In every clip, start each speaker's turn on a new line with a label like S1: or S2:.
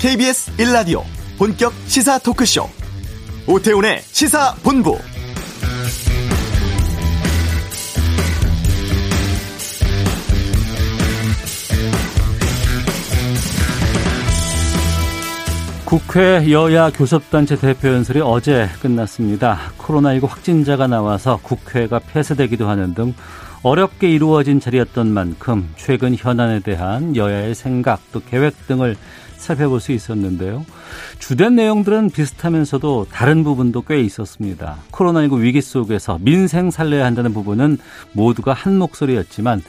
S1: KBS 1라디오 본격 시사 토크쇼 오태훈의 시사본부
S2: 국회 여야 교섭단체 대표 연설이 어제 끝났습니다. 코로나19 확진자가 나와서 국회가 폐쇄되기도 하는 등 어렵게 이루어진 자리였던 만큼 최근 현안에 대한 여야의 생각 또 계획 등을 살펴볼 수 있었는데요. 주된 내용들은 비슷하면서도 다른 부분도 꽤 있었습니다. 코로나19 위기 속에서 민생 살려야 한다는 부분은 모두가 한 목소리였지만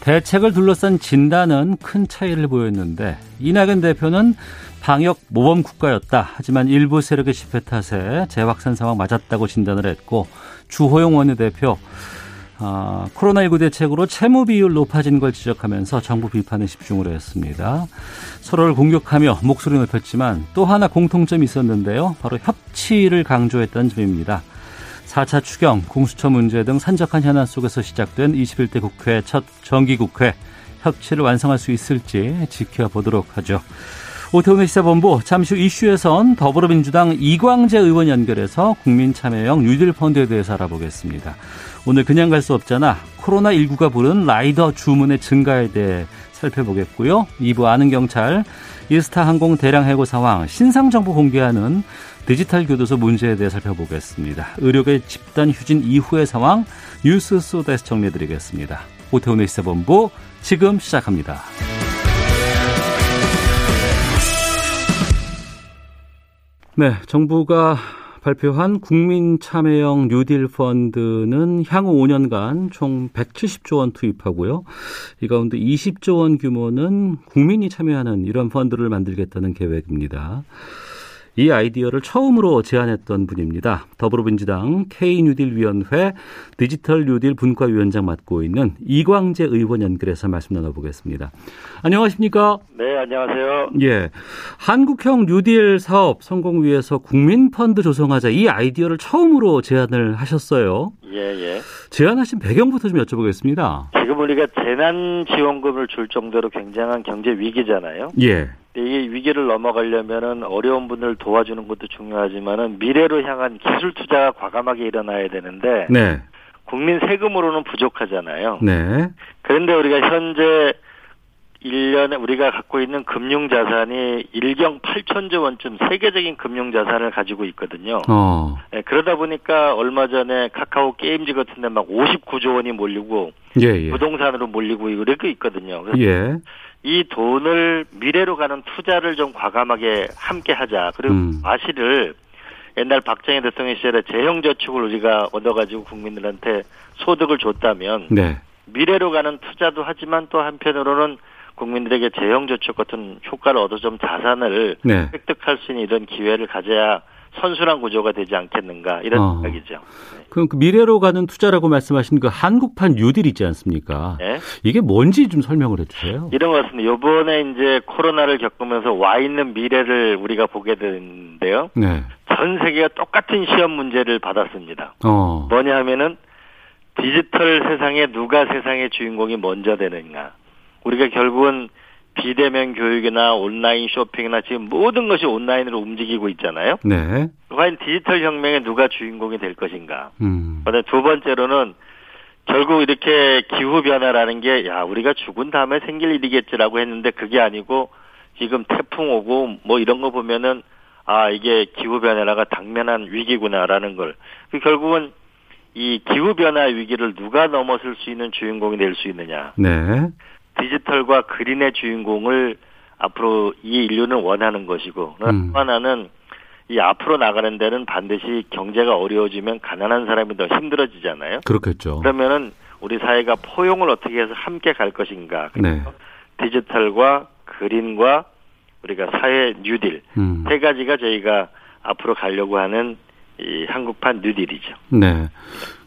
S2: 대책을 둘러싼 진단은 큰 차이를 보였는데 이낙연 대표는 방역 모범 국가였다. 하지만 일부 세력의 집회 탓에 재확산 상황 맞았다고 진단을 했고 주호영 원내대표 아, 코로나19 대책으로 채무 비율 높아진 걸 지적하면서 정부 비판에 집중을 했습니다. 서로를 공격하며 목소리 높였지만 또 하나 공통점이 있었는데요. 바로 협치를 강조했던 점입니다. 4차 추경, 공수처 문제 등 산적한 현안 속에서 시작된 21대 국회 첫 정기국회 협치를 완성할 수 있을지 지켜보도록 하죠. 오태훈의 시사본부 잠시 후 이슈에선 더불어민주당 이광재 의원 연결해서 국민참여형 뉴딜 펀드에 대해서 알아보겠습니다. 오늘 그냥 갈 수 없잖아 코로나19가 부른 라이더 주문의 증가에 대해 살펴보겠고요. 2부 아는 경찰 이스타 항공 대량 해고 상황 신상 정보 공개하는 디지털 교도소 문제에 대해 살펴보겠습니다. 의료계 집단 휴진 이후의 상황 뉴스 소다에서 정리해드리겠습니다. 오태훈의 시사본부 지금 시작합니다. 네, 정부가 발표한 국민참여형 뉴딜 펀드는 향후 5년간 총 170조 원 투입하고요. 이 가운데 20조 원 규모는 국민이 참여하는 이런 펀드를 만들겠다는 계획입니다. 이 아이디어를 처음으로 제안했던 분입니다. 더불어민주당 K뉴딜 위원회 디지털 뉴딜 분과위원장 맡고 있는 이광재 의원 연결해서 말씀 나눠보겠습니다. 안녕하십니까?
S3: 네, 안녕하세요.
S2: 예. 한국형 뉴딜 사업 성공 위해서 국민펀드 조성하자 이 아이디어를 처음으로 제안을 하셨어요.
S3: 예, 예.
S2: 제안하신 배경부터 좀 여쭤보겠습니다.
S3: 지금 우리가 재난지원금을 줄 정도로 굉장한 경제 위기잖아요.
S2: 예.
S3: 이 위기를 넘어가려면은 어려운 분을 도와주는 것도 중요하지만은 미래로 향한 기술 투자가 과감하게 일어나야 되는데
S2: 네.
S3: 국민 세금으로는 부족하잖아요.
S2: 네.
S3: 그런데 우리가 현재 1년에 우리가 갖고 있는 금융 자산이 1경 8천조 원쯤 세계적인 금융 자산을 가지고 있거든요.
S2: 어.
S3: 예, 그러다 보니까 얼마 전에 카카오 게임즈 같은 데 막 59조 원이 몰리고
S2: 예, 예.
S3: 뭐 부동산으로 몰리고 이렇게 있거든요. 그래서
S2: 예.
S3: 이 돈을 미래로 가는 투자를 좀 과감하게 함께 하자. 그리고
S2: 음.
S3: 과실을 옛날 박정희 대통령 시절에 재형저축을 우리가 얻어가지고 국민들한테 소득을 줬다면
S2: 네.
S3: 미래로 가는 투자도 하지만 또 한편으로는 국민들에게 재형저축 같은 효과를 얻어 좀 자산을
S2: 네.
S3: 획득할 수 있는 이런 기회를 가져야 선순환 구조가 되지 않겠는가 이런
S2: 어.
S3: 생각이죠. 네.
S2: 그럼 그 미래로 가는 투자라고 말씀하신 그 한국판 뉴딜 있지 않습니까?
S3: 네. 예.
S2: 이게 뭔지 좀 설명을 해주세요.
S3: 이런 것 같습니다. 요번에 이제 코로나를 겪으면서 와 있는 미래를 우리가 보게 되는데요.
S2: 네.
S3: 전 세계가 똑같은 시험 문제를 받았습니다.
S2: 어.
S3: 뭐냐 하면은 디지털 세상에 누가 세상의 주인공이 먼저 되는가. 우리가 결국은 비대면 교육이나 온라인 쇼핑이나 지금 모든 것이 온라인으로 움직이고 있잖아요.
S2: 네.
S3: 과연 디지털 혁명에 누가 주인공이 될 것인가.
S2: 음.
S3: 그다음에 두 번째로는 결국 이렇게 기후 변화라는 게 야 우리가 죽은 다음에 생길 일이겠지라고 했는데 그게 아니고 지금 태풍 오고 뭐 이런 거 보면은 아 이게 기후 변화가 당면한 위기구나라는 걸 그 결국은 이 기후 변화 위기를 누가 넘어설 수 있는 주인공이 될 수 있느냐
S2: 네.
S3: 디지털과 그린의 주인공을 앞으로 이 인류는 원하는 것이고
S2: 음.
S3: 또 하나는 이 앞으로 나가는 데는 반드시 경제가 어려워지면 가난한 사람이 더 힘들어지잖아요.
S2: 그렇겠죠.
S3: 그러면은 우리 사회가 포용을 어떻게 해서 함께 갈 것인가.
S2: 네.
S3: 디지털과 그린과 우리가 사회 뉴딜
S2: 음.
S3: 세 가지가 저희가 앞으로 가려고 하는 이 한국판 뉴딜이죠.
S2: 네.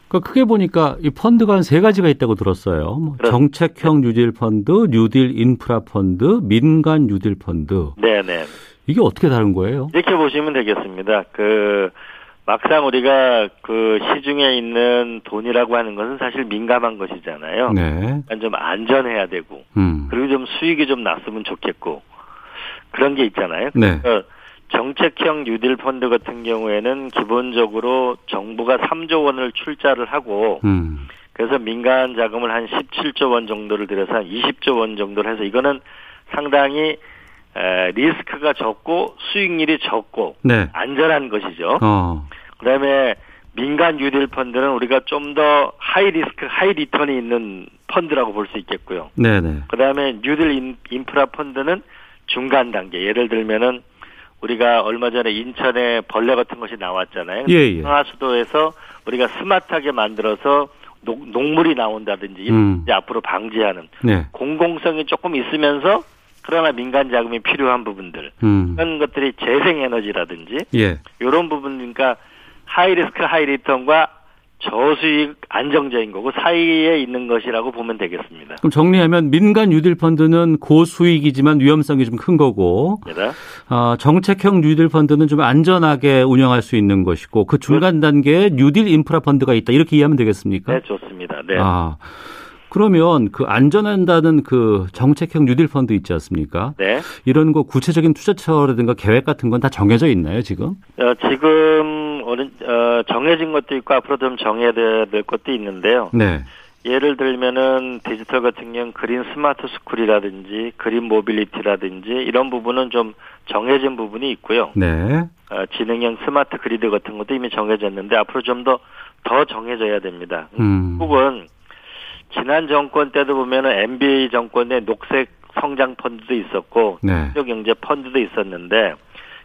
S2: 그 크게 보니까 이 펀드가 한 세 가지가 있다고 들었어요. 뭐
S3: 그렇-
S2: 정책형 뉴딜 펀드, 뉴딜 인프라 펀드, 민간 뉴딜 펀드.
S3: 네네.
S2: 이게 어떻게 다른 거예요?
S3: 이렇게 보시면 되겠습니다. 그 막상 우리가 그 시중에 있는 돈이라고 하는 것은 사실 민감한 것이잖아요.
S2: 네.
S3: 약간 좀 안전해야 되고
S2: 음.
S3: 그리고 좀 수익이 좀 났으면 좋겠고 그런 게 있잖아요.
S2: 네.
S3: 그러니까 정책형 뉴딜 펀드 같은 경우에는 기본적으로 정부가 3조 원을 출자를 하고
S2: 음.
S3: 그래서 민간 자금을 한 17조 원 정도를 들여서 한 20조 원 정도를 해서 이거는 상당히 에, 리스크가 적고 수익률이 적고
S2: 네.
S3: 안전한 것이죠.
S2: 어.
S3: 그다음에 민간 뉴딜 펀드는 우리가 좀 더 하이 리스크 하이 리턴이 있는 펀드라고 볼 수 있겠고요.
S2: 네네.
S3: 그다음에 뉴딜 인- 인프라 펀드는 중간 단계. 예를 들면은 우리가 얼마 전에 인천에 벌레 같은 것이 나왔잖아요.
S2: 예, 예.
S3: 상하수도에서 우리가 스마트하게 만들어서 녹, 물이 나온다든지 이런
S2: 음.
S3: 이제 앞으로 방지하는
S2: 네.
S3: 공공성이 조금 있으면서 그러나 민간 자금이 필요한 부분들
S2: 음.
S3: 이런 것들이 재생 에너지라든지
S2: 예.
S3: 이런 부분 그러니까 하이 리스크 하이 리턴과 저수익 안정적인 거고 사이에 있는 것이라고 보면 되겠습니다.
S2: 그럼 정리하면 민간 뉴딜 펀드는 고수익이지만 위험성이 좀 큰 거고
S3: 그렇습니다.
S2: 아, 정책형 뉴딜 펀드는 좀 안전하게 운영할 수 있는 것이고 그 중간 단계에 뉴딜 인프라 펀드가 있다 이렇게 이해하면 되겠습니까?
S3: 네, 좋습니다. 네.
S2: 아, 그러면 그 안전한다는 그 정책형 뉴딜 펀드 있지 않습니까?
S3: 네.
S2: 이런 거 구체적인 투자처라든가 계획 같은 건 다 정해져 있나요 지금?
S3: 어, 지금 어른- 어, 정해진 것도 있고 앞으로 좀 정해야 될 것도 있는데요.
S2: 네.
S3: 예를 들면은 디지털 같은 경우 그린 스마트 스쿨이라든지 그린 모빌리티라든지 이런 부분은 좀 정해진 부분이 있고요.
S2: 네.
S3: 어, 지능형 스마트 그리드 같은 것도 이미 정해졌는데 앞으로 좀 더 더 정해져야 됩니다.
S2: 음.
S3: 혹은 지난 정권 때도 보면은 MBA 정권의 녹색 성장 펀드도 있었고
S2: 네.
S3: 지역 경제 펀드도 있었는데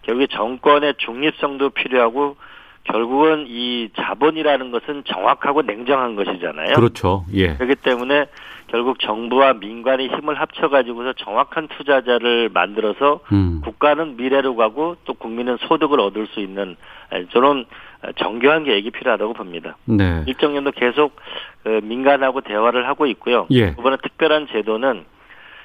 S3: 결국에 정권의 중립성도 필요하고 결국은 이 자본이라는 것은 정확하고 냉정한 것이잖아요.
S2: 그렇죠. 예.
S3: 그렇기 때문에 결국 정부와 민간이 힘을 합쳐가지고서 정확한 투자자를 만들어서
S2: 음.
S3: 국가는 미래로 가고 또 국민은 소득을 얻을 수 있는 에, 저런 에, 정교한 계획이 필요하다고 봅니다.
S2: 네.
S3: 일정 정도 계속 어, 민간하고 대화를 하고 있고요.
S2: 예.
S3: 이번에 특별한 제도는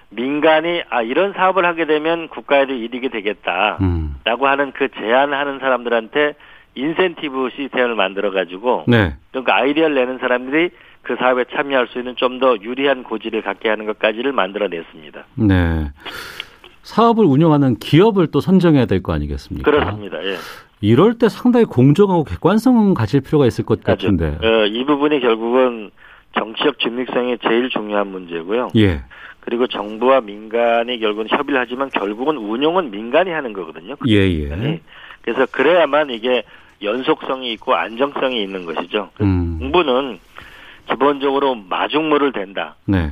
S3: 민간이 아 이런 사업을 하게 되면 국가에도 이득이 되겠다라고
S2: 음.
S3: 하는 그 제안하는 사람들한테 인센티브 시스템을 만들어 가지고
S2: 네.
S3: 그러니까 아이디어를 내는 사람들이 그 사업에 참여할 수 있는 좀 더 유리한 고지를 갖게 하는 것까지를 만들어냈습니다.
S2: 네. 사업을 운영하는 기업을 또 선정해야 될 거 아니겠습니까?
S3: 그렇습니다. 예.
S2: 이럴 때 상당히 공정하고 객관성을 가질 필요가 있을 것
S3: 아주,
S2: 같은데.
S3: 어, 이 부분이 결국은 정치적 중립성이 제일 중요한 문제고요.
S2: 예.
S3: 그리고 정부와 민간이 결국은 협의를 하지만 결국은 운용은 민간이 하는 거거든요.
S2: 예,
S3: 아니,
S2: 예.
S3: 그래서 그래야만 이게 연속성이 있고 안정성이 있는 것이죠.
S2: 음.
S3: 정부는 기본적으로 마중물을 댄다.
S2: 네.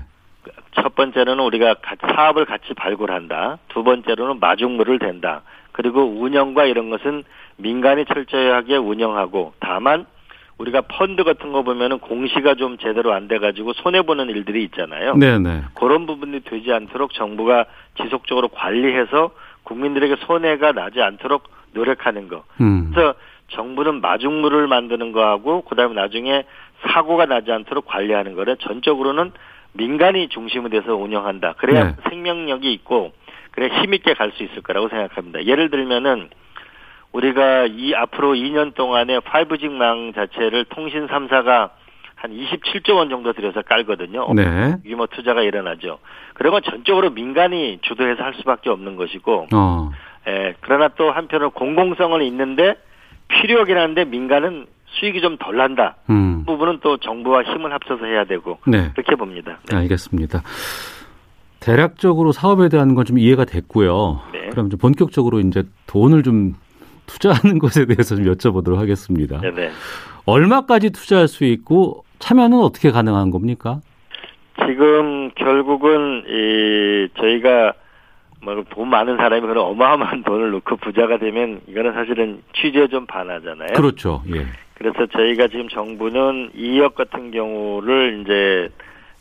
S3: 첫 번째로는 우리가 같이 사업을 같이 발굴한다. 두 번째로는 마중물을 댄다. 그리고 운영과 이런 것은 민간이 철저하게 운영하고 다만 우리가 펀드 같은 거 보면은 공시가 좀 제대로 안 돼 가지고 손해 보는 일들이 있잖아요.
S2: 네, 네.
S3: 그런 부분이 되지 않도록 정부가 지속적으로 관리해서 국민들에게 손해가 나지 않도록 노력하는 거.
S2: 음.
S3: 그래서 정부는 마중물을 만드는 거하고 그다음에 나중에 사고가 나지 않도록 관리하는 거를 전적으로는 민간이 중심이 돼서 운영한다. 그래야
S2: 네.
S3: 생명력이 있고 그래 힘 있게 갈 수 있을 거라고 생각합니다. 예를 들면은 우리가 이 앞으로 2년 동안에 5G망 자체를 통신 3사가 한 27조 원 정도 들여서 깔거든요.
S2: 네.
S3: 규모 투자가 일어나죠. 그런 건 전적으로 민간이 주도해서 할 수밖에 없는 것이고,
S2: 어.
S3: 예, 그러나 또 한편으로 공공성은 있는데 필요하긴 한데 민간은 수익이 좀 덜 난다.
S2: 음.
S3: 그 부분은 또 정부와 힘을 합쳐서 해야 되고
S2: 네.
S3: 그렇게 봅니다.
S2: 알겠습니다. 대략적으로 사업에 대한 건 좀 이해가 됐고요.
S3: 네.
S2: 그럼 좀 본격적으로 이제 돈을 좀 투자하는 것에 대해서 좀 여쭤보도록 하겠습니다.
S3: 네, 네.
S2: 얼마까지 투자할 수 있고 참여는 어떻게 가능한 겁니까?
S3: 지금 결국은 이 저희가 뭐 돈 많은 사람이 그런 어마어마한 돈을 넣고 부자가 되면 이거는 사실은 취지에 좀 반하잖아요.
S2: 그렇죠. 예.
S3: 그래서 저희가 지금 정부는 2억 같은 경우를 이제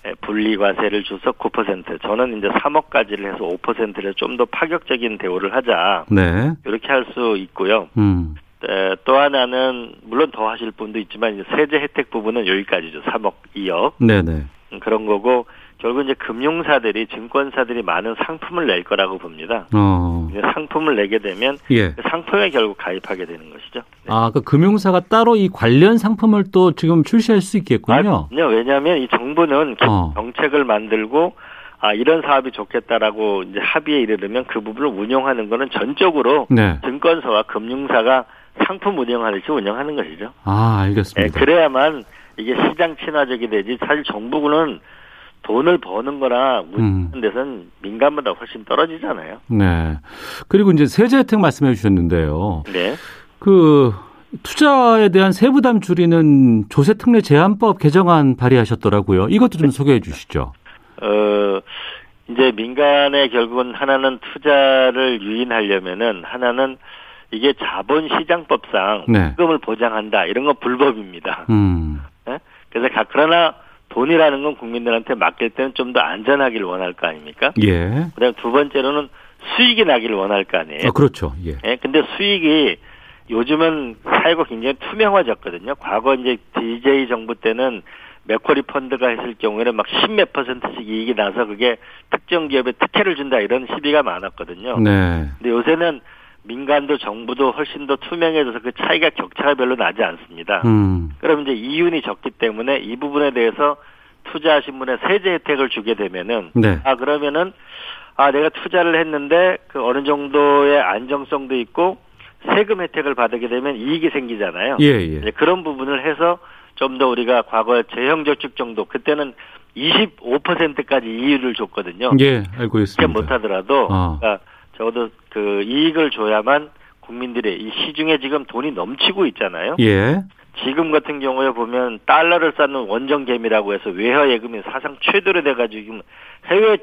S3: 에, 분리과세를 줘서 9%, 저는 이제 3억까지를 해서 5%를 좀 더 파격적인 대우를 하자.
S2: 네.
S3: 이렇게 할 수 있고요.
S2: 음.
S3: 에, 또 하나는 물론 더 하실 분도 있지만 이제 세제 혜택 부분은 여기까지죠. 3억, 2억
S2: 네네.
S3: 음, 그런 거고 결국 이제 금융사들이 증권사들이 많은 상품을 낼 거라고 봅니다.
S2: 어.
S3: 이제 상품을 내게 되면
S2: 예.
S3: 그 상품에 결국 가입하게 되는 것이죠. 네.
S2: 아, 그 금융사가 따로 이 관련 상품을 또 지금 출시할 수 있겠군요.
S3: 아, 그럼요. 왜냐하면 이 정부는
S2: 어.
S3: 정책을 만들고 아 이런 사업이 좋겠다라고 이제 합의에 이르르면 그 부분을 운영하는 거는 전적으로
S2: 네.
S3: 증권사와 금융사가 상품 운영하듯이 운영하는 것이죠.
S2: 아,
S3: 예,
S2: 알겠습니다.
S3: 그래야만 이게 시장 친화적이 되지. 사실 정부는 돈을 버는 거나 운영하는 데선 민간보다 훨씬 떨어지잖아요.
S2: 네. 그리고 이제 세제 혜택 말씀해 주셨는데요.
S3: 네.
S2: 그 투자에 대한 세부담 줄이는 조세 특례 제한법 개정안 발의하셨더라고요. 이것도 좀 소개해 주시죠.
S3: 어, 이제 민간의 결국은 하나는 투자를 유인하려면은 하나는 이게 자본시장법상
S2: 네.
S3: 세금을 보장한다. 이런 건 불법입니다. 예?
S2: 음.
S3: 그래서 가- 그러나 돈이라는 건 국민들한테 맡길 때는 좀 더 안전하길 원할 거 아닙니까?
S2: 예.
S3: 그다음 두 번째로는 수익이 나길 원할 거 아니에요.
S2: 아, 그렇죠. 예.
S3: 예, 근데 수익이 요즘은 사회가 굉장히 투명화졌거든요. 과거 이제 DJ 정부 때는 맥쿼리 펀드가 했을 경우에는 막 십몇 퍼센트씩 이익이 나서 그게 특정 기업에 특혜를 준다 이런 시비가 많았거든요.
S2: 네.
S3: 근데 요새는 민간도 정부도 훨씬 더 투명해져서 그 차이가 격차가 별로 나지 않습니다.
S2: 음.
S3: 그럼 이제 이윤이 적기 때문에 이 부분에 대해서 투자하신 분의 세제 혜택을 주게 되면은
S2: 네.
S3: 아 그러면은 아 내가 투자를 했는데 그 어느 정도의 안정성도 있고 세금 혜택을 받게 되면 이익이 생기잖아요.
S2: 예, 예.
S3: 이제 그런 부분을 해서 좀 더 우리가 과거 재형저축 정도 그때는 25%까지 이율을 줬거든요.
S2: 예, 알고
S3: 이게
S2: 있습니다.
S3: 못하더라도
S2: 아.
S3: 그러니까 적어도 그 이익을 줘야만 국민들의 이 시중에 지금 돈이 넘치고 있잖아요.
S2: 예.
S3: 지금 같은 경우에 보면 달러를 쌓는 원정개미라고 해서 외화 예금이 사상 최대로 돼가지고 지금 해외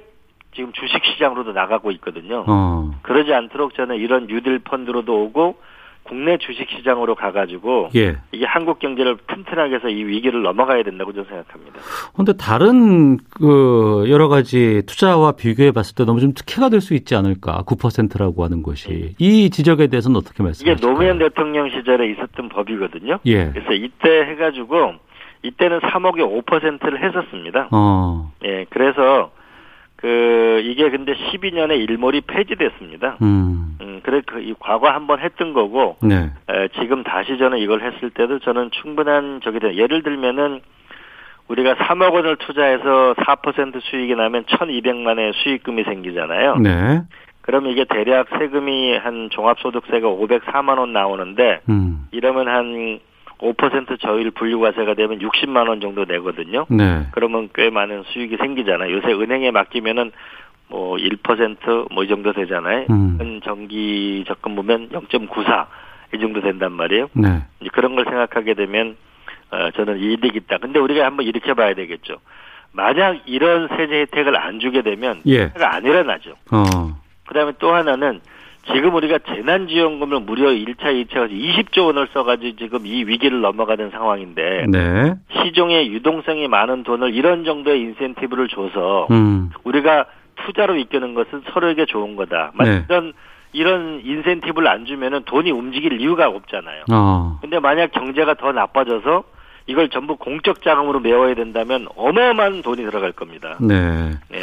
S3: 지금 주식 시장으로도 나가고 있거든요.
S2: 어.
S3: 그러지 않도록 저는 이런 뉴딜 펀드로도 오고 국내 주식 시장으로 가가지고
S2: 예.
S3: 이게 한국 경제를 튼튼하게 해서 이 위기를 넘어가야 된다고 저는 생각합니다.
S2: 근데 다른 그 여러 가지 투자와 비교해 봤을 때 너무 좀 특혜가 될 수 있지 않을까. 9%라고 하는 것이. 이 지적에 대해서는 어떻게
S3: 이게
S2: 말씀하실까요?
S3: 노무현 대통령 시절에 있었던 법이거든요.
S2: 예.
S3: 그래서 이때 해가지고 이때는 3억에 5%를 했었습니다.
S2: 어.
S3: 예, 그래서 그 이게 근데 12년에 일몰이 폐지됐습니다.
S2: 음.
S3: 음, 그래 그이 과거 한번 했던 거고
S2: 네.
S3: 에, 지금 다시 저는 이걸 했을 때도 저는 충분한 저기 돼 예를 들면은 우리가 3억 원을 투자해서 4% 수익이 나면 1,200만의 수익금이 생기잖아요.
S2: 네.
S3: 그럼 이게 대략 세금이 한 종합소득세가 504만 원 나오는데
S2: 음.
S3: 이러면 한 5% 저율 분류과세가 되면 60만 원 정도 내거든요.
S2: 네.
S3: 그러면 꽤 많은 수익이 생기잖아요. 요새 은행에 맡기면은 뭐 1%뭐 이 정도 되잖아요.
S2: 음.
S3: 은 정기 적금 보면 0.94 이 정도 된단 말이에요.
S2: 네.
S3: 이제 그런 걸 생각하게 되면 어, 저는 이득 있다. 근데 우리가 한번 이렇게 봐야 되겠죠. 만약 이런 세제 혜택을 안 주게 되면
S2: 예.
S3: 사태가 안 일어나죠.
S2: 어.
S3: 그다음에 또 하나는 지금 우리가 재난지원금을 무려 1차, 2차 20조 원을 써가지고 지금 이 위기를 넘어가는 상황인데
S2: 네.
S3: 시중에 유동성이 많은 돈을 이런 정도의 인센티브를 줘서
S2: 음.
S3: 우리가 투자로 이끄는 것은 서로에게 좋은 거다. 만약
S2: 네.
S3: 이런 이런 인센티브를 안 주면은 돈이 움직일 이유가 없잖아요.
S2: 어.
S3: 근데 만약 경제가 더 나빠져서 이걸 전부 공적 자금으로 메워야 된다면 어마어마한 돈이 들어갈 겁니다.
S2: 네.
S3: 네.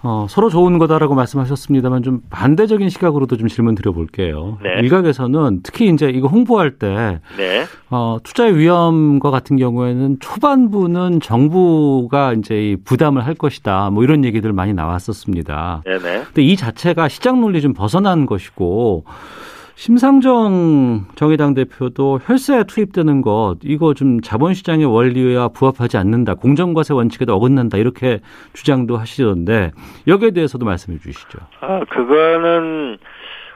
S2: 어, 서로 좋은 거다라고 말씀하셨습니다만 좀 반대적인 시각으로도 좀 질문 드려볼게요.
S3: 네.
S2: 일각에서는 특히 이제 이거 홍보할 때
S3: 네.
S2: 어, 투자의 위험과 같은 경우에는 초반부는 정부가 이제 이 부담을 할 것이다. 뭐 이런 얘기들 많이 나왔었습니다.
S3: 네, 네.
S2: 근데 이 자체가 시장 논리 좀 벗어난 것이고 심상정 정의당 대표도 혈세 투입되는 것 이거 좀 자본시장의 원리와 부합하지 않는다. 공정과세 원칙에도 어긋난다. 이렇게 주장도 하시던데 여기에 대해서도 말씀해 주시죠.
S3: 아, 그거는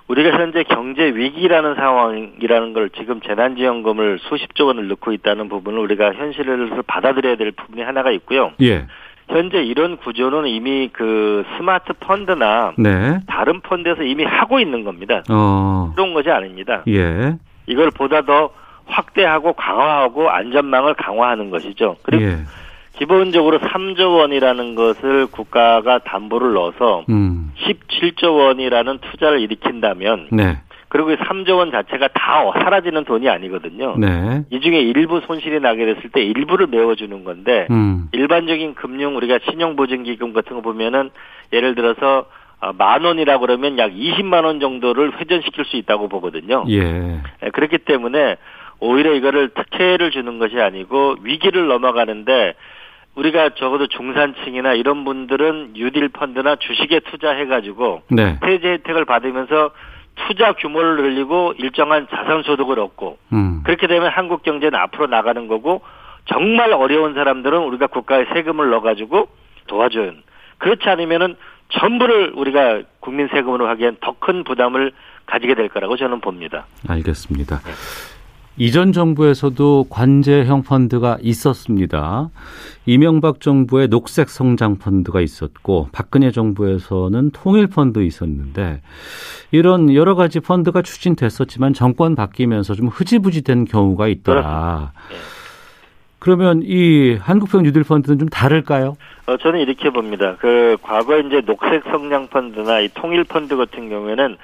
S3: 우리가 현재 경제 위기라는 상황이라는 걸 지금 재난지원금을 수십조 원을 넣고 있다는 부분을 우리가 현실을 받아들여야 될 부분이 하나가 있고요.
S2: 예.
S3: 현재 이런 구조는 이미 그 스마트 펀드나
S2: 네.
S3: 다른 펀드에서 이미 하고 있는 겁니다.
S2: 어.
S3: 그런 것이 아닙니다.
S2: 예.
S3: 이걸 보다 더 확대하고 강화하고 안전망을 강화하는 것이죠. 그리고
S2: 예.
S3: 기본적으로 3조 원이라는 것을 국가가 담보를 넣어서
S2: 음.
S3: 17조 원이라는 투자를 일으킨다면
S2: 네.
S3: 그리고 이 3조 원 자체가 다 어- 사라지는 돈이 아니거든요.
S2: 네.
S3: 이 중에 일부 손실이 나게 됐을 때 일부를 메워주는 건데
S2: 음.
S3: 일반적인 금융 우리가 신용보증기금 같은 거 보면은 예를 들어서 아, 만 원이라 그러면 약 20만 원 정도를 회전시킬 수 있다고 보거든요.
S2: 예.
S3: 예, 그렇기 때문에 오히려 이거를 특혜를 주는 것이 아니고 위기를 넘어가는데 우리가 적어도 중산층이나 이런 분들은 뉴딜 펀드나 주식에 투자해가지고
S2: 네.
S3: 세제 혜택을 받으면서 투자 규모를 늘리고 일정한 자산 소득을 얻고
S2: 음.
S3: 그렇게 되면 한국 경제는 앞으로 나가는 거고 정말 어려운 사람들은 우리가 국가에 세금을 넣어가지고 도와줘요. 그렇지 않으면은 전부를 우리가 국민 세금으로 하기엔 더 큰 부담을 가지게 될 거라고 저는 봅니다.
S2: 알겠습니다. 이전 정부에서도 관제형 펀드가 있었습니다. 이명박 정부의 녹색 성장 펀드가 있었고 박근혜 정부에서는 통일 펀드 있었는데 이런 여러 가지 펀드가 추진됐었지만 정권 바뀌면서 좀 흐지부지된 경우가 있더라.
S3: 네.
S2: 그러면 이 한국형 뉴딜 펀드는 좀 다를까요?
S3: 어, 저는 이렇게 봅니다. 그 과거 이제 녹색 성장 펀드나 이 통일 펀드 같은 경우에는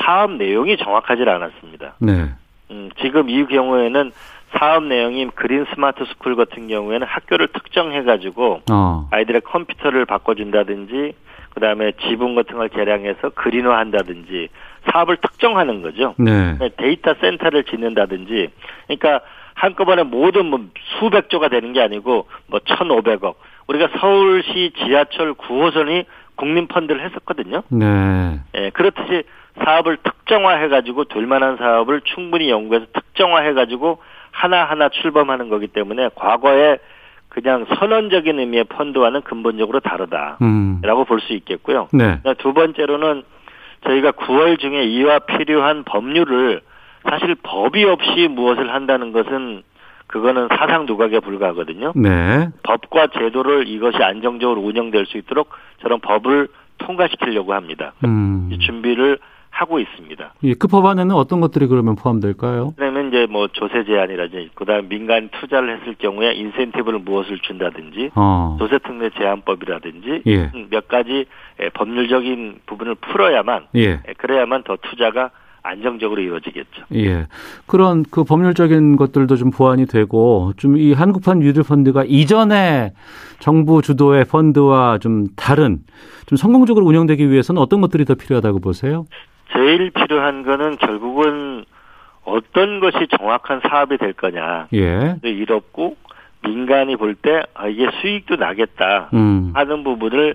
S3: 사업 내용이 정확하지 않았습니다.
S2: 네.
S3: 음, 지금 이 경우에는 사업 내용인 그린 스마트 스쿨 같은 경우에는 학교를 특정해가지고
S2: 어.
S3: 아이들의 컴퓨터를 바꿔준다든지 그다음에 지분 같은 걸 개량해서 그린화한다든지 사업을 특정하는 거죠.
S2: 네.
S3: 데이터 센터를 짓는다든지 그러니까 한꺼번에 모든 뭐 수백 조가 되는 게 아니고 뭐 1,500억 우리가 서울시 지하철 9호선이 국민 펀드를 했었거든요.
S2: 네.
S3: 예, 그렇듯이 사업을 특정화해 가지고 될 만한 사업을 충분히 연구해서 특정화해 가지고 하나하나 출범하는 거기 때문에 과거에 그냥 선언적인 의미의 펀드와는 근본적으로 다르다라고
S2: 음.
S3: 볼 수 있겠고요.
S2: 네.
S3: 그러니까 두 번째로는 저희가 9월 중에 이와 필요한 법률을 사실 법이 없이 무엇을 한다는 것은 그거는 사상 누각에 불과하거든요.
S2: 네.
S3: 법과 제도를 이것이 안정적으로 운영될 수 있도록 저런 법을 통과시키려고 합니다.
S2: 음.
S3: 이 준비를 하고 있습니다.
S2: 이 급법안에는 어떤 것들이 그러면 포함될까요?
S3: 그러면 이제 뭐 조세 제한이라든지 그다음 민간 투자를 했을 경우에 인센티브를 무엇을 준다든지
S2: 어.
S3: 조세 특례 제한법이라든지
S2: 예.
S3: 음, 몇 가지 예, 법률적인 부분을 풀어야만
S2: 예.
S3: 예, 그래야만 더 투자가 안정적으로 이루어지겠죠.
S2: 예. 그런 그 법률적인 것들도 좀 보완이 되고 좀 이 한국판 뉴딜 펀드가 이전에 정부 주도의 펀드와 좀 다른 좀 성공적으로 운영되기 위해서는 어떤 것들이 더 필요하다고 보세요?
S3: 제일 필요한 거는 결국은 어떤 것이 정확한 사업이 될 거냐.
S2: 예.
S3: 근데 일 없고 민간이 볼 때 아, 이게 수익도 나겠다
S2: 음.
S3: 하는 부분을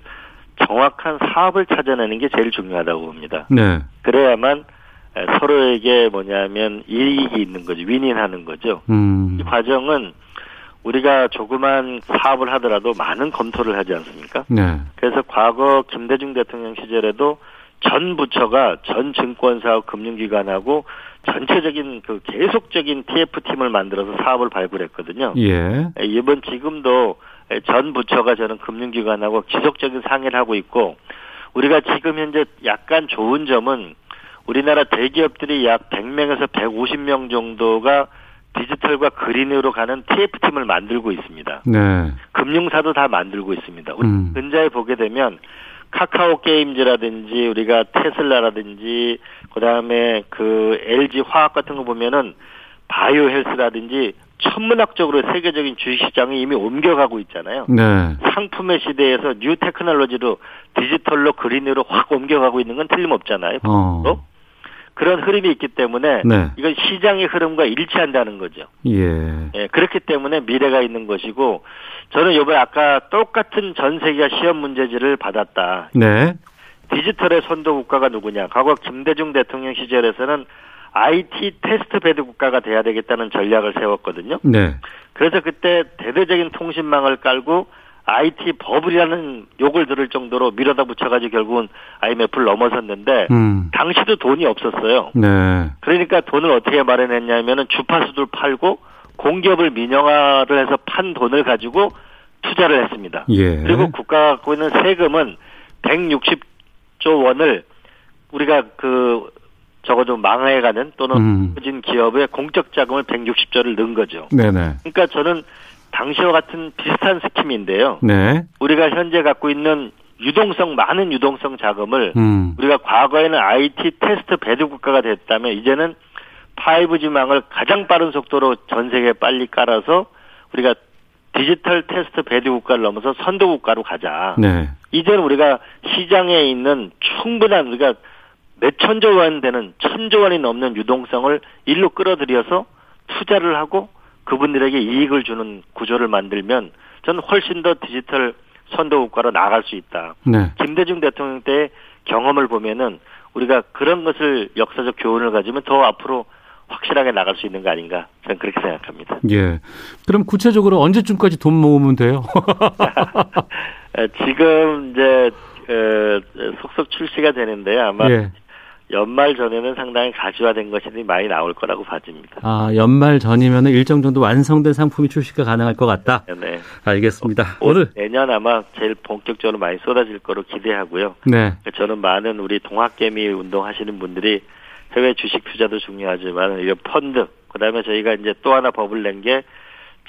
S3: 정확한 사업을 찾아내는 게 제일 중요하다고 봅니다.
S2: 네.
S3: 그래야만 에, 서로에게 뭐냐면 이익이 있는 거죠. 윈윈하는 거죠.
S2: 음.
S3: 이 과정은 우리가 조그만 사업을 하더라도 많은 검토를 하지 않습니까?
S2: 네.
S3: 그래서 과거 김대중 대통령 시절에도 전 부처가 전 증권사와 금융기관하고 전체적인 그 계속적인 TF팀을 만들어서 사업을 발굴했거든요.
S2: 예.
S3: 에, 이번 지금도 에, 전 부처가 저는 금융기관하고 지속적인 상의를 하고 있고 우리가 지금 현재 약간 좋은 점은 우리나라 대기업들이 약 100명에서 150명 정도가 디지털과 그린으로 가는 TF팀을 만들고 있습니다.
S2: 네.
S3: 금융사도 다 만들고 있습니다. 우리
S2: 음.
S3: 근자에 보게 되면 카카오 게임즈라든지 우리가 테슬라라든지 그다음에 그 LG 화학 같은 거 보면은 바이오 헬스라든지 천문학적으로 세계적인 주식 시장이 이미 옮겨가고 있잖아요.
S2: 네.
S3: 상품의 시대에서 뉴 테크놀로지로 디지털로 그린으로 확 옮겨가고 있는 건 틀림없잖아요.
S2: 어.
S3: 그런 흐름이 있기 때문에
S2: 네.
S3: 이건 시장의 흐름과 일치한다는 거죠.
S2: 예.
S3: 예, 그렇기 때문에 미래가 있는 것이고 저는 요번에 아까 똑같은 전 세계가 시험 문제지를 받았다.
S2: 네.
S3: 디지털의 선도 국가가 누구냐? 과거 김대중 대통령 시절에서는 IT 테스트 베드 국가가 돼야 되겠다는 전략을 세웠거든요.
S2: 네.
S3: 그래서 그때 대대적인 통신망을 깔고 IT 버블이라는 욕을 들을 정도로 밀어다 붙여가지고 결국은 IMF를 넘어섰는데
S2: 음.
S3: 당시도 돈이 없었어요.
S2: 네.
S3: 그러니까 돈을 어떻게 마련했냐면은 주파수를 팔고 공기업을 민영화를 해서 판 돈을 가지고 투자를 했습니다.
S2: 예.
S3: 그리고 국가가 갖고 있는 세금은 160조 원을 우리가 그 적어도 망해가는
S2: 음.
S3: 또는 커진 기업의 공적 자금을 160조를 넣은 거죠.
S2: 네네.
S3: 그러니까 저는 당시와 같은 비슷한 스킴인데요.
S2: 네.
S3: 우리가 현재 갖고 있는 유동성 많은 유동성 자금을
S2: 음.
S3: 우리가 과거에는 IT 테스트 배드 국가가 됐다면 이제는 5G망을 가장 빠른 속도로 전 세계에 빨리 깔아서 우리가 디지털 테스트 배드 국가를 넘어서 선도 국가로 가자.
S2: 네.
S3: 이제는 우리가 시장에 있는 충분한 우리가 몇 천조 원 되는 천조 원이 넘는 유동성을 일로 끌어들여서 투자를 하고 그분들에게 이익을 주는 구조를 만들면 저는 훨씬 더 디지털 선도 국가로 나아갈 수 있다.
S2: 네.
S3: 김대중 대통령 때의 경험을 보면은 우리가 그런 것을 역사적 교훈을 가지면 더 앞으로 확실하게 나갈 수 있는 거 아닌가 저는 그렇게 생각합니다.
S2: 예. 그럼 구체적으로 언제쯤까지 돈 모으면 돼요?
S3: 에, 지금 이제 에, 속속 출시가 되는데 아마
S2: 예.
S3: 연말 전에는 상당히 가시화된 것이 많이 나올 거라고 봐집니다.
S2: 아, 연말 전이면 일정 정도 완성된 상품이 출시가 가능할 것 같다.
S3: 네.
S2: 알겠습니다.
S3: 올
S2: 오늘
S3: 내년 아마 제일 본격적으로 많이 쏟아질 거로 기대하고요.
S2: 네.
S3: 그러니까 저는 많은 우리 동학개미 운동하시는 분들이 해외 주식 투자도 중요하지만 이거 펀드 그다음에 저희가 이제 또 하나 법을 낸 게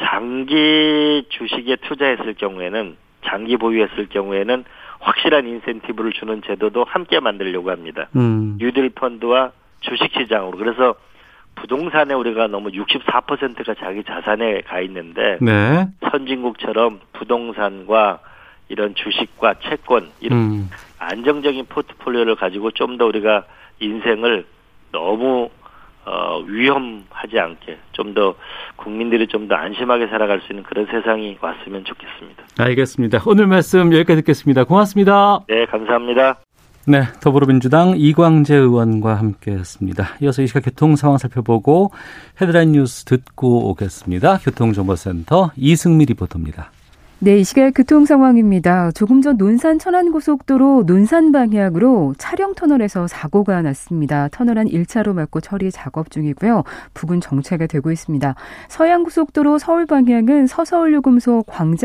S3: 장기 주식에 투자했을 경우에는 장기 보유했을 경우에는 확실한 인센티브를 주는 제도도 함께 만들려고 합니다.
S2: 음.
S3: 뉴딜 펀드와 주식 시장으로 그래서 부동산에 우리가 너무 64%가 자기 자산에 가 있는데
S2: 네.
S3: 선진국처럼 부동산과 이런 주식과 채권 이런
S2: 음.
S3: 안정적인 포트폴리오를 가지고 좀 더 우리가 인생을 너무 어, 위험하지 않게 좀 더 국민들이 좀 더 안심하게 살아갈 수 있는 그런 세상이 왔으면 좋겠습니다.
S2: 알겠습니다. 오늘 말씀 여기까지 듣겠습니다. 고맙습니다.
S3: 네, 감사합니다.
S2: 네, 더불어민주당 이광재 의원과 함께했습니다. 이어서 이 시각 교통 상황 살펴보고 헤드라인 뉴스 듣고 오겠습니다. 교통정보센터 이승미 리포터입니다.
S4: 네, 이 시각 교통 상황입니다. 조금 전 논산 천안 고속도로 논산 방향으로 차량 터널에서 사고가 났습니다. 터널 한 1차로 막고 처리 작업 중이고요. 부근 정체가 되고 있습니다. 서양 고속도로 서울 방향은 서서울 요금소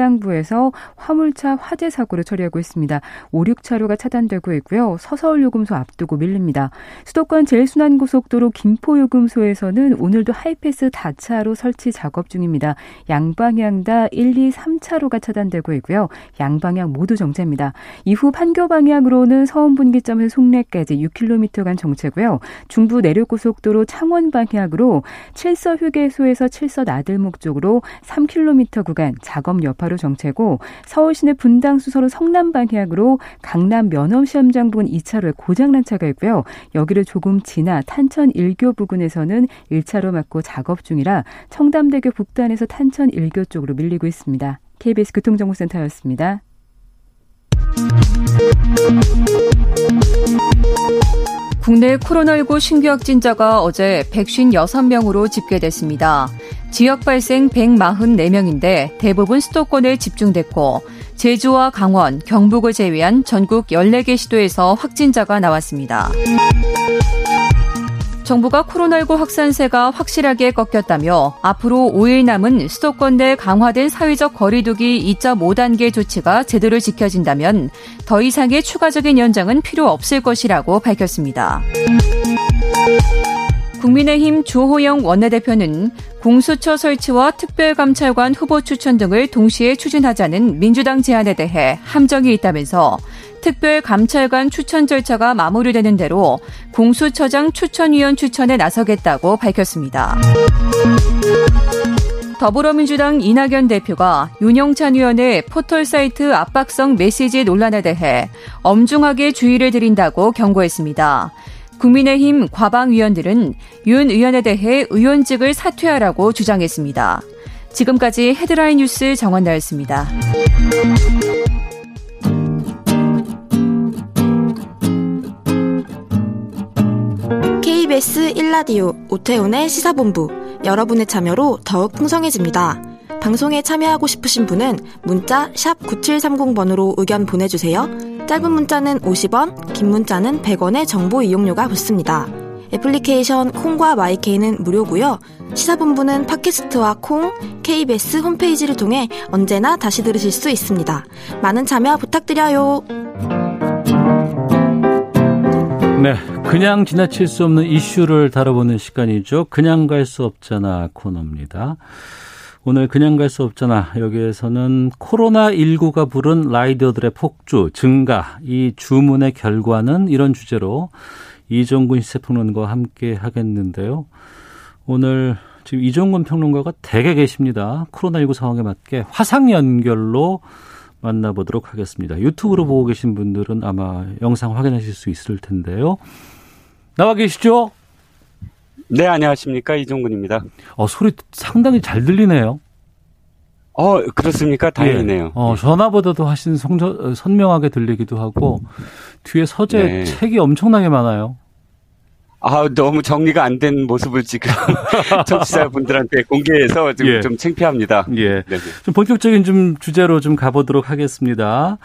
S4: 광장부에서 화물차 화재 사고를 처리하고 있습니다. 5, 6차로가 차단되고 있고요. 서서울 요금소 앞두고 밀립니다. 수도권 제일순환 고속도로 김포 요금소에서는 오늘도 하이패스 다차로 설치 작업 중입니다. 양방향 다 1, 2, 3차로가 차단되고 있고요. 양방향 모두 정체입니다. 이후 판교 방향으로는 서원 분기점에서 송내까지 6km간 정체고요. 중부 내륙고속도로 창원 방향으로 칠서 휴게소에서 칠서 나들목 쪽으로 3km 구간 작업 여파로 정체고 서울 시내 분당 수서로 성남 방향으로 강남 면허시험장 부근 2차로에 고장난 차가 있고요. 여기를 조금 지나 탄천 1교 부근에서는 1차로 막고 작업 중이라 청담대교 북단에서 탄천 1교 쪽으로 밀리고 있습니다. KBS 교통정보센터였습니다.
S5: 국내 코로나19 신규 확진자가 어제 156명으로 집계됐습니다. 지역 발생 144명인데 대부분 수도권에 집중됐고 제주와 강원, 경북을 제외한 전국 14개 시도에서 확진자가 나왔습니다. 정부가 코로나19 확산세가 확실하게 꺾였다며 앞으로 5일 남은 수도권 내 강화된 사회적 거리두기 2.5단계 조치가 제대로 지켜진다면 더 이상의 추가적인 연장은 필요 없을 것이라고 밝혔습니다. 국민의힘 주호영 원내대표는 공수처 설치와 특별감찰관 후보 추천 등을 동시에 추진하자는 민주당 제안에 대해 함정이 있다면서 특별감찰관 추천 절차가 마무리되는 대로 공수처장 추천위원 추천에 나서겠다고 밝혔습니다. 더불어민주당 이낙연 대표가 윤영찬 의원의 포털 사이트 압박성 메시지 논란에 대해 엄중하게 주의를 드린다고 경고했습니다. 국민의힘 과방위원들은 윤 의원에 대해 의원직을 사퇴하라고 주장했습니다. 지금까지 헤드라인 뉴스 정원나였습니다.
S6: KBS 1라디오 오태훈의 시사본부 여러분의 참여로 더욱 풍성해집니다. 방송에 참여하고 싶으신 분은 문자 샵 9730번으로 의견 보내주세요. 짧은 문자는 50원, 긴 문자는 100원의 정보 이용료가 붙습니다. 애플리케이션 콩과 마이케이는 무료고요. 시사본부는 팟캐스트와 콩, KBS 홈페이지를 통해 언제나 다시 들으실 수 있습니다. 많은 참여 부탁드려요.
S2: 네, 그냥 지나칠 수 없는 이슈를 다뤄보는 시간이죠. 그냥 갈 수 없잖아 코너입니다. 오늘 그냥 갈 수 없잖아 여기에서는 코로나19가 부른 라이더들의 폭주 증가 이 주문의 결과는 이런 주제로 이종근 시세평론가와 함께 하겠는데요. 오늘 지금 이종근 평론가가 대개 계십니다. 코로나19 상황에 맞게 화상 연결로 만나보도록 하겠습니다. 유튜브로 보고 계신 분들은 아마 영상 확인하실 수 있을 텐데요. 나와 계시죠?
S7: 네, 안녕하십니까. 이종근입니다.
S2: 어, 소리 상당히 잘 들리네요.
S7: 어, 그렇습니까? 다행이네요.
S2: 예. 어, 전화보다도 훨씬 성저, 선명하게 들리기도 하고 뒤에 서재
S7: 네.
S2: 책이 엄청나게 많아요.
S7: 아, 너무 정리가 안 된 모습을 지금 청취자분들한테 공개해서 지금
S2: 예.
S7: 좀 창피합니다.
S2: 예.
S7: 네.
S2: 좀 본격적인 좀 주제로 좀 가보도록 하겠습니다.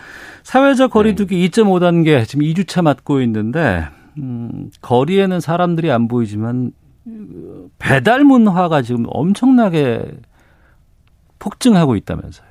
S2: 사회적
S7: 네.
S2: 거리두기 2.5단계 지금 2주차 맞고 있는데 음, 거리에는 사람들이 안 보이지만 음, 배달 문화가 지금 엄청나게 폭증하고 있다면서요.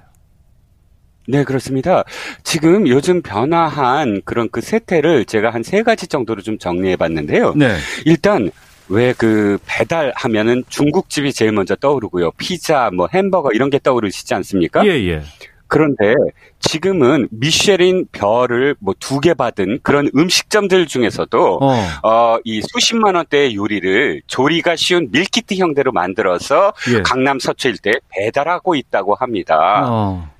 S7: 네, 그렇습니다. 지금 요즘 변화한 그런 그 세태를 제가 한 세 가지 정도로 좀 정리해 봤는데요.
S2: 네.
S7: 일단 왜 그 배달 하면은 중국집이 제일 먼저 떠오르고요. 피자, 뭐 햄버거 이런 게 떠오르시지 않습니까?
S2: 예, 예.
S7: 그런데 지금은 미쉐린 별을 뭐 두 개 받은 그런 음식점들 중에서도
S2: 어.
S7: 어, 이 수십만 원대의 요리를 조리가 쉬운 밀키트 형태로 만들어서
S2: 예.
S7: 강남 서초 일대에 배달하고 있다고 합니다.
S2: 어.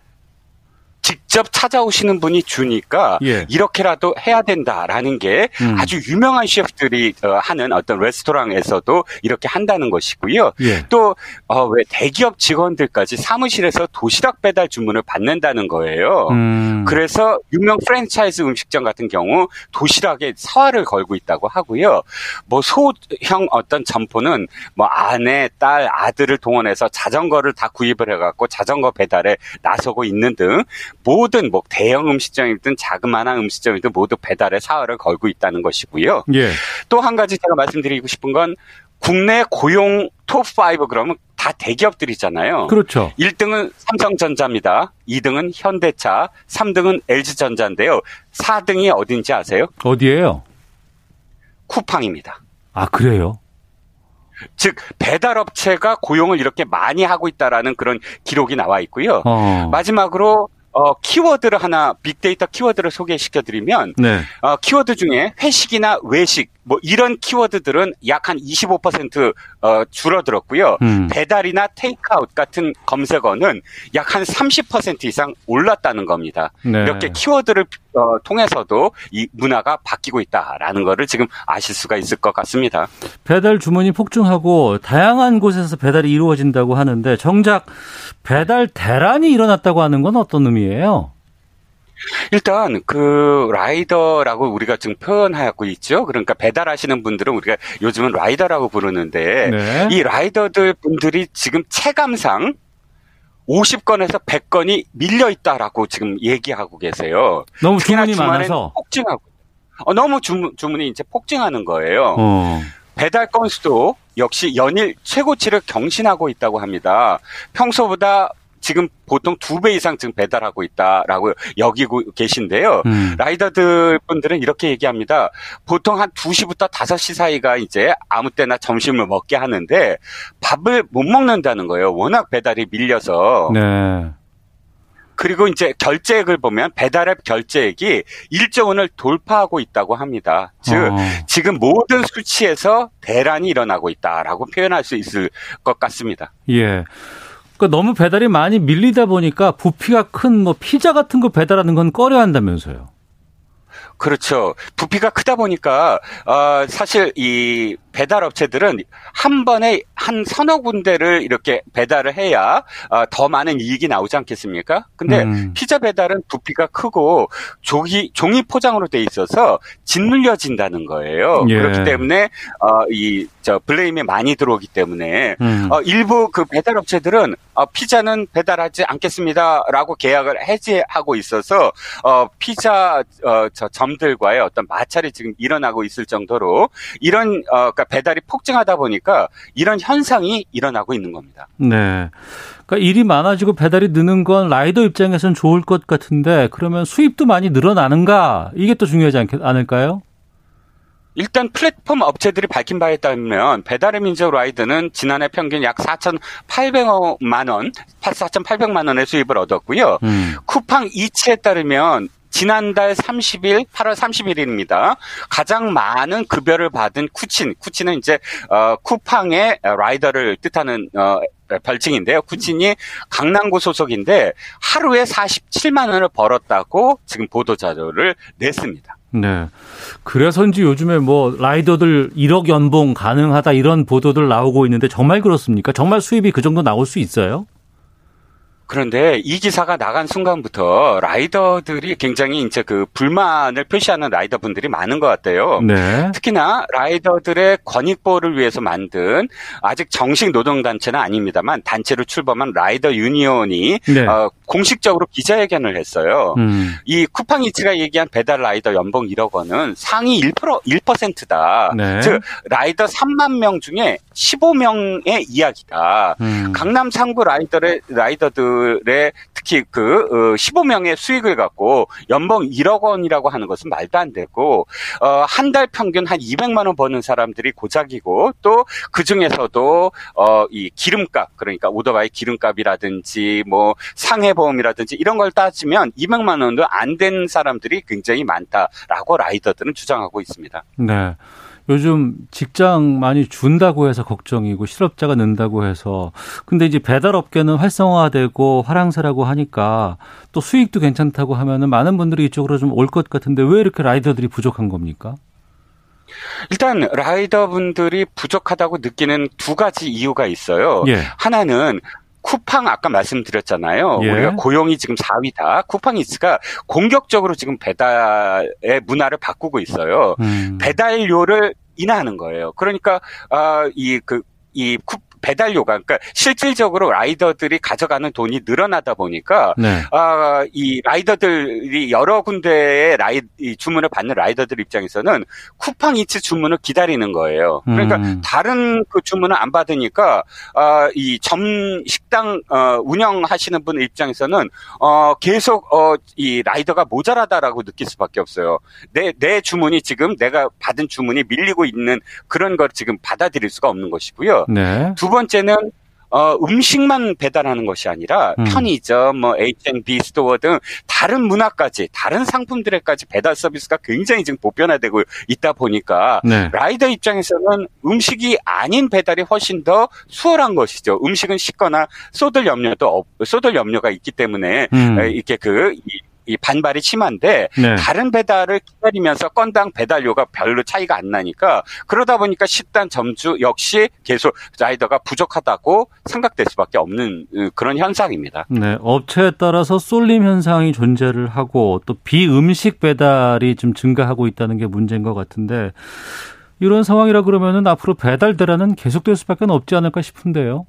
S7: 직접 찾아오시는 분이 주니까
S2: 예.
S7: 이렇게라도 해야 된다라는 게
S2: 음.
S7: 아주 유명한 셰프들이 어, 하는 어떤 레스토랑에서도 이렇게 한다는 것이고요.
S2: 예.
S7: 또, 어, 왜 대기업 직원들까지 사무실에서 도시락 배달 주문을 받는다는 거예요.
S2: 음.
S7: 어, 그래서 유명 프랜차이즈 음식점 같은 경우 도시락에 사활을 걸고 있다고 하고요. 뭐 소형 어떤 점포는 뭐 아내, 딸, 아들을 동원해서 자전거를 다 구입을 해갖고 자전거 배달에 나서고 있는 등 모든 뭐 대형 음식점이든 자그마한 음식점이든 모두 배달에 사활을 걸고 있다는 것이고요.
S2: 예.
S7: 또 한 가지 제가 말씀드리고 싶은 건 국내 고용 톱5 그러면 다 대기업들이잖아요.
S2: 그렇죠.
S7: 1등은 삼성전자입니다. 2등은 현대차, 3등은 LG전자인데요. 4등이 어딘지 아세요?
S2: 어디예요?
S7: 쿠팡입니다.
S2: 아, 그래요.
S7: 즉 배달업체가 고용을 이렇게 많이 하고 있다라는 그런 기록이 나와 있고요.
S2: 어.
S7: 마지막으로 어, 키워드를 하나 빅데이터 키워드를 소개시켜드리면
S2: 네.
S7: 어, 키워드 중에 회식이나 외식 뭐 이런 키워드들은 약 한 25% 어, 줄어들었고요.
S2: 음.
S7: 배달이나 테이크아웃 같은 검색어는 약 한 30% 이상 올랐다는 겁니다.
S2: 네.
S7: 몇 개 키워드를 어, 통해서도 이 문화가 바뀌고 있다라는 거를 지금 아실 수가 있을 것 같습니다.
S2: 배달 주문이 폭증하고 다양한 곳에서 배달이 이루어진다고 하는데 정작 배달 대란이 일어났다고 하는 건 어떤 의미예요?
S7: 일단 그 라이더라고 우리가 지금 표현하고 있죠. 그러니까 배달하시는 분들은 우리가 요즘은 라이더라고 부르는데
S2: 네.
S7: 이 라이더들 분들이 지금 체감상 50건에서 100건이 밀려 있다라고 지금 얘기하고 계세요.
S2: 너무
S7: 특히나
S2: 어, 주문이
S7: 주말엔
S2: 많아서.
S7: 폭증하고 어, 너무 주문, 주문이 이제 폭증하는 거예요.
S2: 어.
S7: 배달 건수도 역시 연일 최고치를 경신하고 있다고 합니다. 평소보다 지금 보통 두 배 이상 지금 배달하고 있다라고 여기고 계신데요.
S2: 음.
S7: 라이더들 분들은 이렇게 얘기합니다. 보통 한 2시부터 5시 사이가 이제 아무 때나 점심을 먹게 하는데 밥을 못 먹는다는 거예요. 워낙 배달이 밀려서.
S2: 네.
S7: 그리고 이제 결제액을 보면 배달앱 결제액이 1조 원을 돌파하고 있다고 합니다. 즉,
S2: 어.
S7: 지금 모든 수치에서 대란이 일어나고 있다라고 표현할 수 있을 것 같습니다.
S2: 예. 그러니까 너무 배달이 많이 밀리다 보니까 부피가 큰 뭐 피자 같은 거 배달하는 건 꺼려한다면서요.
S7: 그렇죠. 부피가 크다 보니까 어, 사실 이 배달 업체들은 한 번에 한 서너 군데를 이렇게 배달을 해야 어, 더 많은 이익이 나오지 않겠습니까? 근데
S2: 음.
S7: 피자 배달은 부피가 크고 종이 종이 포장으로 돼 있어서 짓눌려진다는 거예요.
S2: 예.
S7: 그렇기 때문에 어, 이저 블레임이 많이 들어오기 때문에
S2: 음.
S7: 어, 일부 그 배달 업체들은 어, 피자는 배달하지 않겠습니다라고 계약을 해지하고 있어서 어, 피자 어, 저 점들과의 어떤 마찰이 지금 일어나고 있을 정도로 이런 어, 그러니까 배달이 폭증하다 보니까 이런 현상이 일어나고 있는 겁니다.
S2: 네. 그러니까 일이 많아지고 배달이 느는 건 라이더 입장에선 좋을 것 같은데 그러면 수입도 많이 늘어나는가? 이게 또 중요하지 않, 않을까요?
S7: 일단 플랫폼 업체들이 밝힌 바에 따르면 배달의 민족 라이드는 지난해 평균 약 4,800만 원, 4,800만 원의 수입을 얻었고요.
S2: 음.
S7: 쿠팡 이치에 따르면 지난달 30일, 8월 30일입니다. 가장 많은 급여를 받은 쿠친, 쿠친은 이제 어, 쿠팡의 라이더를 뜻하는 어, 별칭인데요. 쿠친이 강남구 소속인데 하루에 47만 원을 벌었다고 지금 보도 자료를 냈습니다.
S2: 네. 그래서인지 요즘에 뭐 라이더들 1억 연봉 가능하다 이런 보도들 나오고 있는데 정말 그렇습니까? 정말 수입이 그 정도 나올 수 있어요?
S7: 그런데 이 기사가 나간 순간부터 라이더들이 굉장히 이제 그 불만을 표시하는 라이더분들이 많은 것 같아요.
S2: 네.
S7: 특히나 라이더들의 권익보호를 위해서 만든 아직 정식 노동단체는 아닙니다만 단체로 출범한 라이더 유니온이
S2: 네.
S7: 어, 공식적으로 기자회견을 했어요.
S2: 음.
S7: 이 쿠팡이츠가 얘기한 배달 라이더 연봉 1억 원은 상위 1%, 1%다.
S2: 네.
S7: 즉 라이더 3만 명 중에 15명의 이야기다.
S2: 음.
S7: 강남 상구 라이더의 라이더들의 특히 그 어, 15명의 수익을 갖고 연봉 1억 원이라고 하는 것은 말도 안 되고 어, 한 달 평균 한 200만 원 버는 사람들이 고작이고 또 그 중에서도 어, 이 기름값 그러니까 오토바이 기름값이라든지 뭐 상해보험이라든지 이런 걸 따지면 200만 원도 안 된 사람들이 굉장히 많다라고 라이더들은 주장하고 있습니다.
S2: 네. 요즘 직장 많이 준다고 해서 걱정이고 실업자가 는다고 해서 근데 이제 배달업계는 활성화되고 화랑세라고 하니까 또 수익도 괜찮다고 하면은 많은 분들이 이쪽으로 좀 올 것 같은데 왜 이렇게 라이더들이 부족한 겁니까?
S7: 일단 라이더분들이 부족하다고 느끼는 두 가지 이유가 있어요.
S2: 예.
S7: 하나는 쿠팡 아까 말씀드렸잖아요.
S2: 예.
S7: 우리가 고용이 지금 4위다. 쿠팡이츠가 공격적으로 지금 배달의 문화를 바꾸고 있어요.
S2: 음.
S7: 배달료를 인하하는 거예요. 그러니까 아이그 이 배달료가 그러니까 실질적으로 라이더들이 가져가는 돈이 늘어나다 보니까
S2: 네.
S7: 아, 이 라이더들이 여러 군데의 라이, 이 주문을 받는 라이더들 입장에서는 쿠팡 이츠 주문을 기다리는 거예요. 그러니까
S2: 음.
S7: 다른 그 주문을 안 받으니까 아, 이 점 식당 어, 운영하시는 분 입장에서는 어, 계속 어, 이 라이더가 모자라다라고 느낄 수밖에 없어요. 내, 내 주문이 지금 내가 받은 주문이 밀리고 있는 그런 걸 지금 받아들일 수가 없는 것이고요.
S2: 네.
S7: 두 번째는 어, 음식만 배달하는 것이 아니라
S2: 음.
S7: 편의점, 뭐 H&B 스토어 등 다른 문화까지 다른 상품들에까지 배달 서비스가 굉장히 지금 보편화되고 있다 보니까
S2: 네.
S7: 라이더 입장에서는 음식이 아닌 배달이 훨씬 더 수월한 것이죠. 음식은 식거나 쏟을 염려도 없, 쏟을 염려가 있기 때문에
S2: 음.
S7: 에, 이렇게 그 이, 이 반발이 심한데
S2: 네.
S7: 다른 배달을 기다리면서 건당 배달료가 별로 차이가 안 나니까 그러다 보니까 식단 점주 역시 계속 라이더가 부족하다고 생각될 수밖에 없는 으, 그런 현상입니다.
S2: 네, 업체에 따라서 쏠림 현상이 존재를 하고 또 비음식 배달이 좀 증가하고 있다는 게 문제인 것 같은데 이런 상황이라 그러면은 앞으로 배달 대란은 계속될 수밖에 없지 않을까 싶은데요.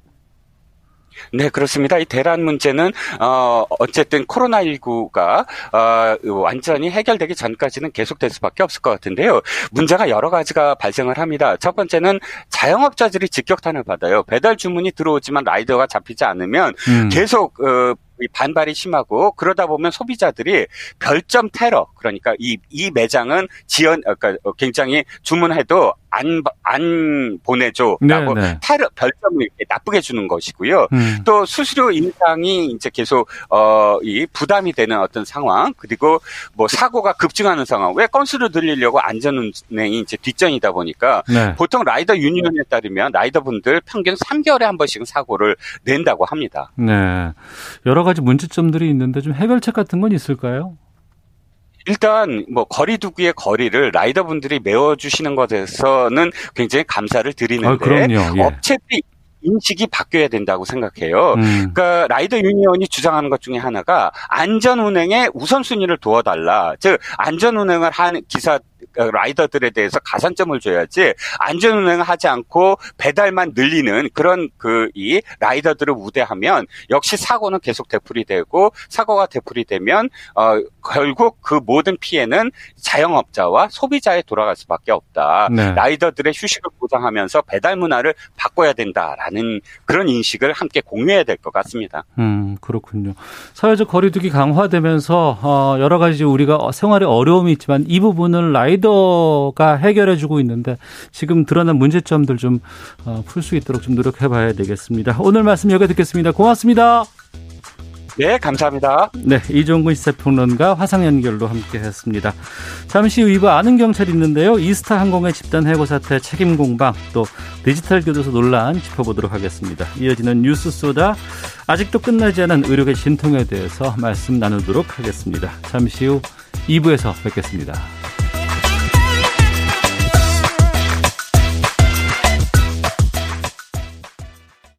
S7: 네, 그렇습니다. 이 대란 문제는 어 어쨌든 코로나 19가 어 완전히 해결되기 전까지는 계속될 수밖에 없을 것 같은데요. 문제가 여러 가지가 발생을 합니다. 첫 번째는 자영업자들이 직격탄을 받아요. 배달 주문이 들어오지만 라이더가 잡히지 않으면
S2: 음.
S7: 계속 어, 이 반발이 심하고 그러다 보면 소비자들이 별점 테러 그러니까 이 이 매장은 지연 어, 그러니까 어, 굉장히 주문해도 안 안 보내줘라고
S2: 네, 네.
S7: 테러 별점을 이렇게 나쁘게 주는 것이고요.
S2: 음.
S7: 또 수수료 인상이 이제 계속 어 이 부담이 되는 어떤 상황 그리고 뭐 사고가 급증하는 상황 왜 건수를 늘리려고 안전운행이 이제 뒷전이다 보니까
S2: 네.
S7: 보통 라이더 유니온에 따르면 라이더분들 평균 3개월에 한 번씩 은 사고를 낸다고 합니다.
S2: 네. 여러 가지 문제점들이 있는데 좀 해결책 같은 건 있을까요?
S7: 일단 뭐 거리두기의 거리를 라이더분들이 메워주시는 것에서는 굉장히 감사를
S2: 아,
S7: 드리는데
S2: 그럼요. 예.
S7: 업체들이 인식이 바뀌어야 된다고 생각해요.
S2: 음.
S7: 그러니까 라이더 유니언이 주장하는 것 중에 하나가 안전 운행에 우선순위를 두어달라. 즉 안전 운행을 한 기사 어, 라이더들에 대해서 가산점을 줘야지 안전 운행을 하지 않고 배달만 늘리는 그런 그 이 라이더들을 우대하면 역시 사고는 계속 되풀이되고 사고가 되풀이되면 어 결국 그 모든 피해는 자영업자와 소비자에 돌아갈 수밖에 없다.
S2: 네.
S7: 라이더들의 휴식을 보장하면서 배달 문화를 바꿔야 된다라는 그런 인식을 함께 공유해야 될 것 같습니다.
S2: 음, 그렇군요. 사회적 거리두기 강화되면서 어, 여러 가지 우리가 생활에 어려움이 있지만 이 부분을 라이더가 해결해 주고 있는데 지금 드러난 문제점들 좀 어, 풀 수 있도록 좀 노력해 봐야 되겠습니다. 오늘 말씀 여기 듣겠습니다. 고맙습니다.
S7: 네, 감사합니다.
S2: 네, 이종근 시세평론가 화상 연결로 함께했습니다. 잠시 후 2부 아는 경찰 있는데요. 이스타 항공의 집단 해고 사태 책임 공방 또 디지털 교도소 논란 짚어보도록 하겠습니다. 이어지는 뉴스 소다 아직도 끝나지 않은 의료계 진통에 대해서 말씀 나누도록 하겠습니다. 잠시 후 2부에서 뵙겠습니다.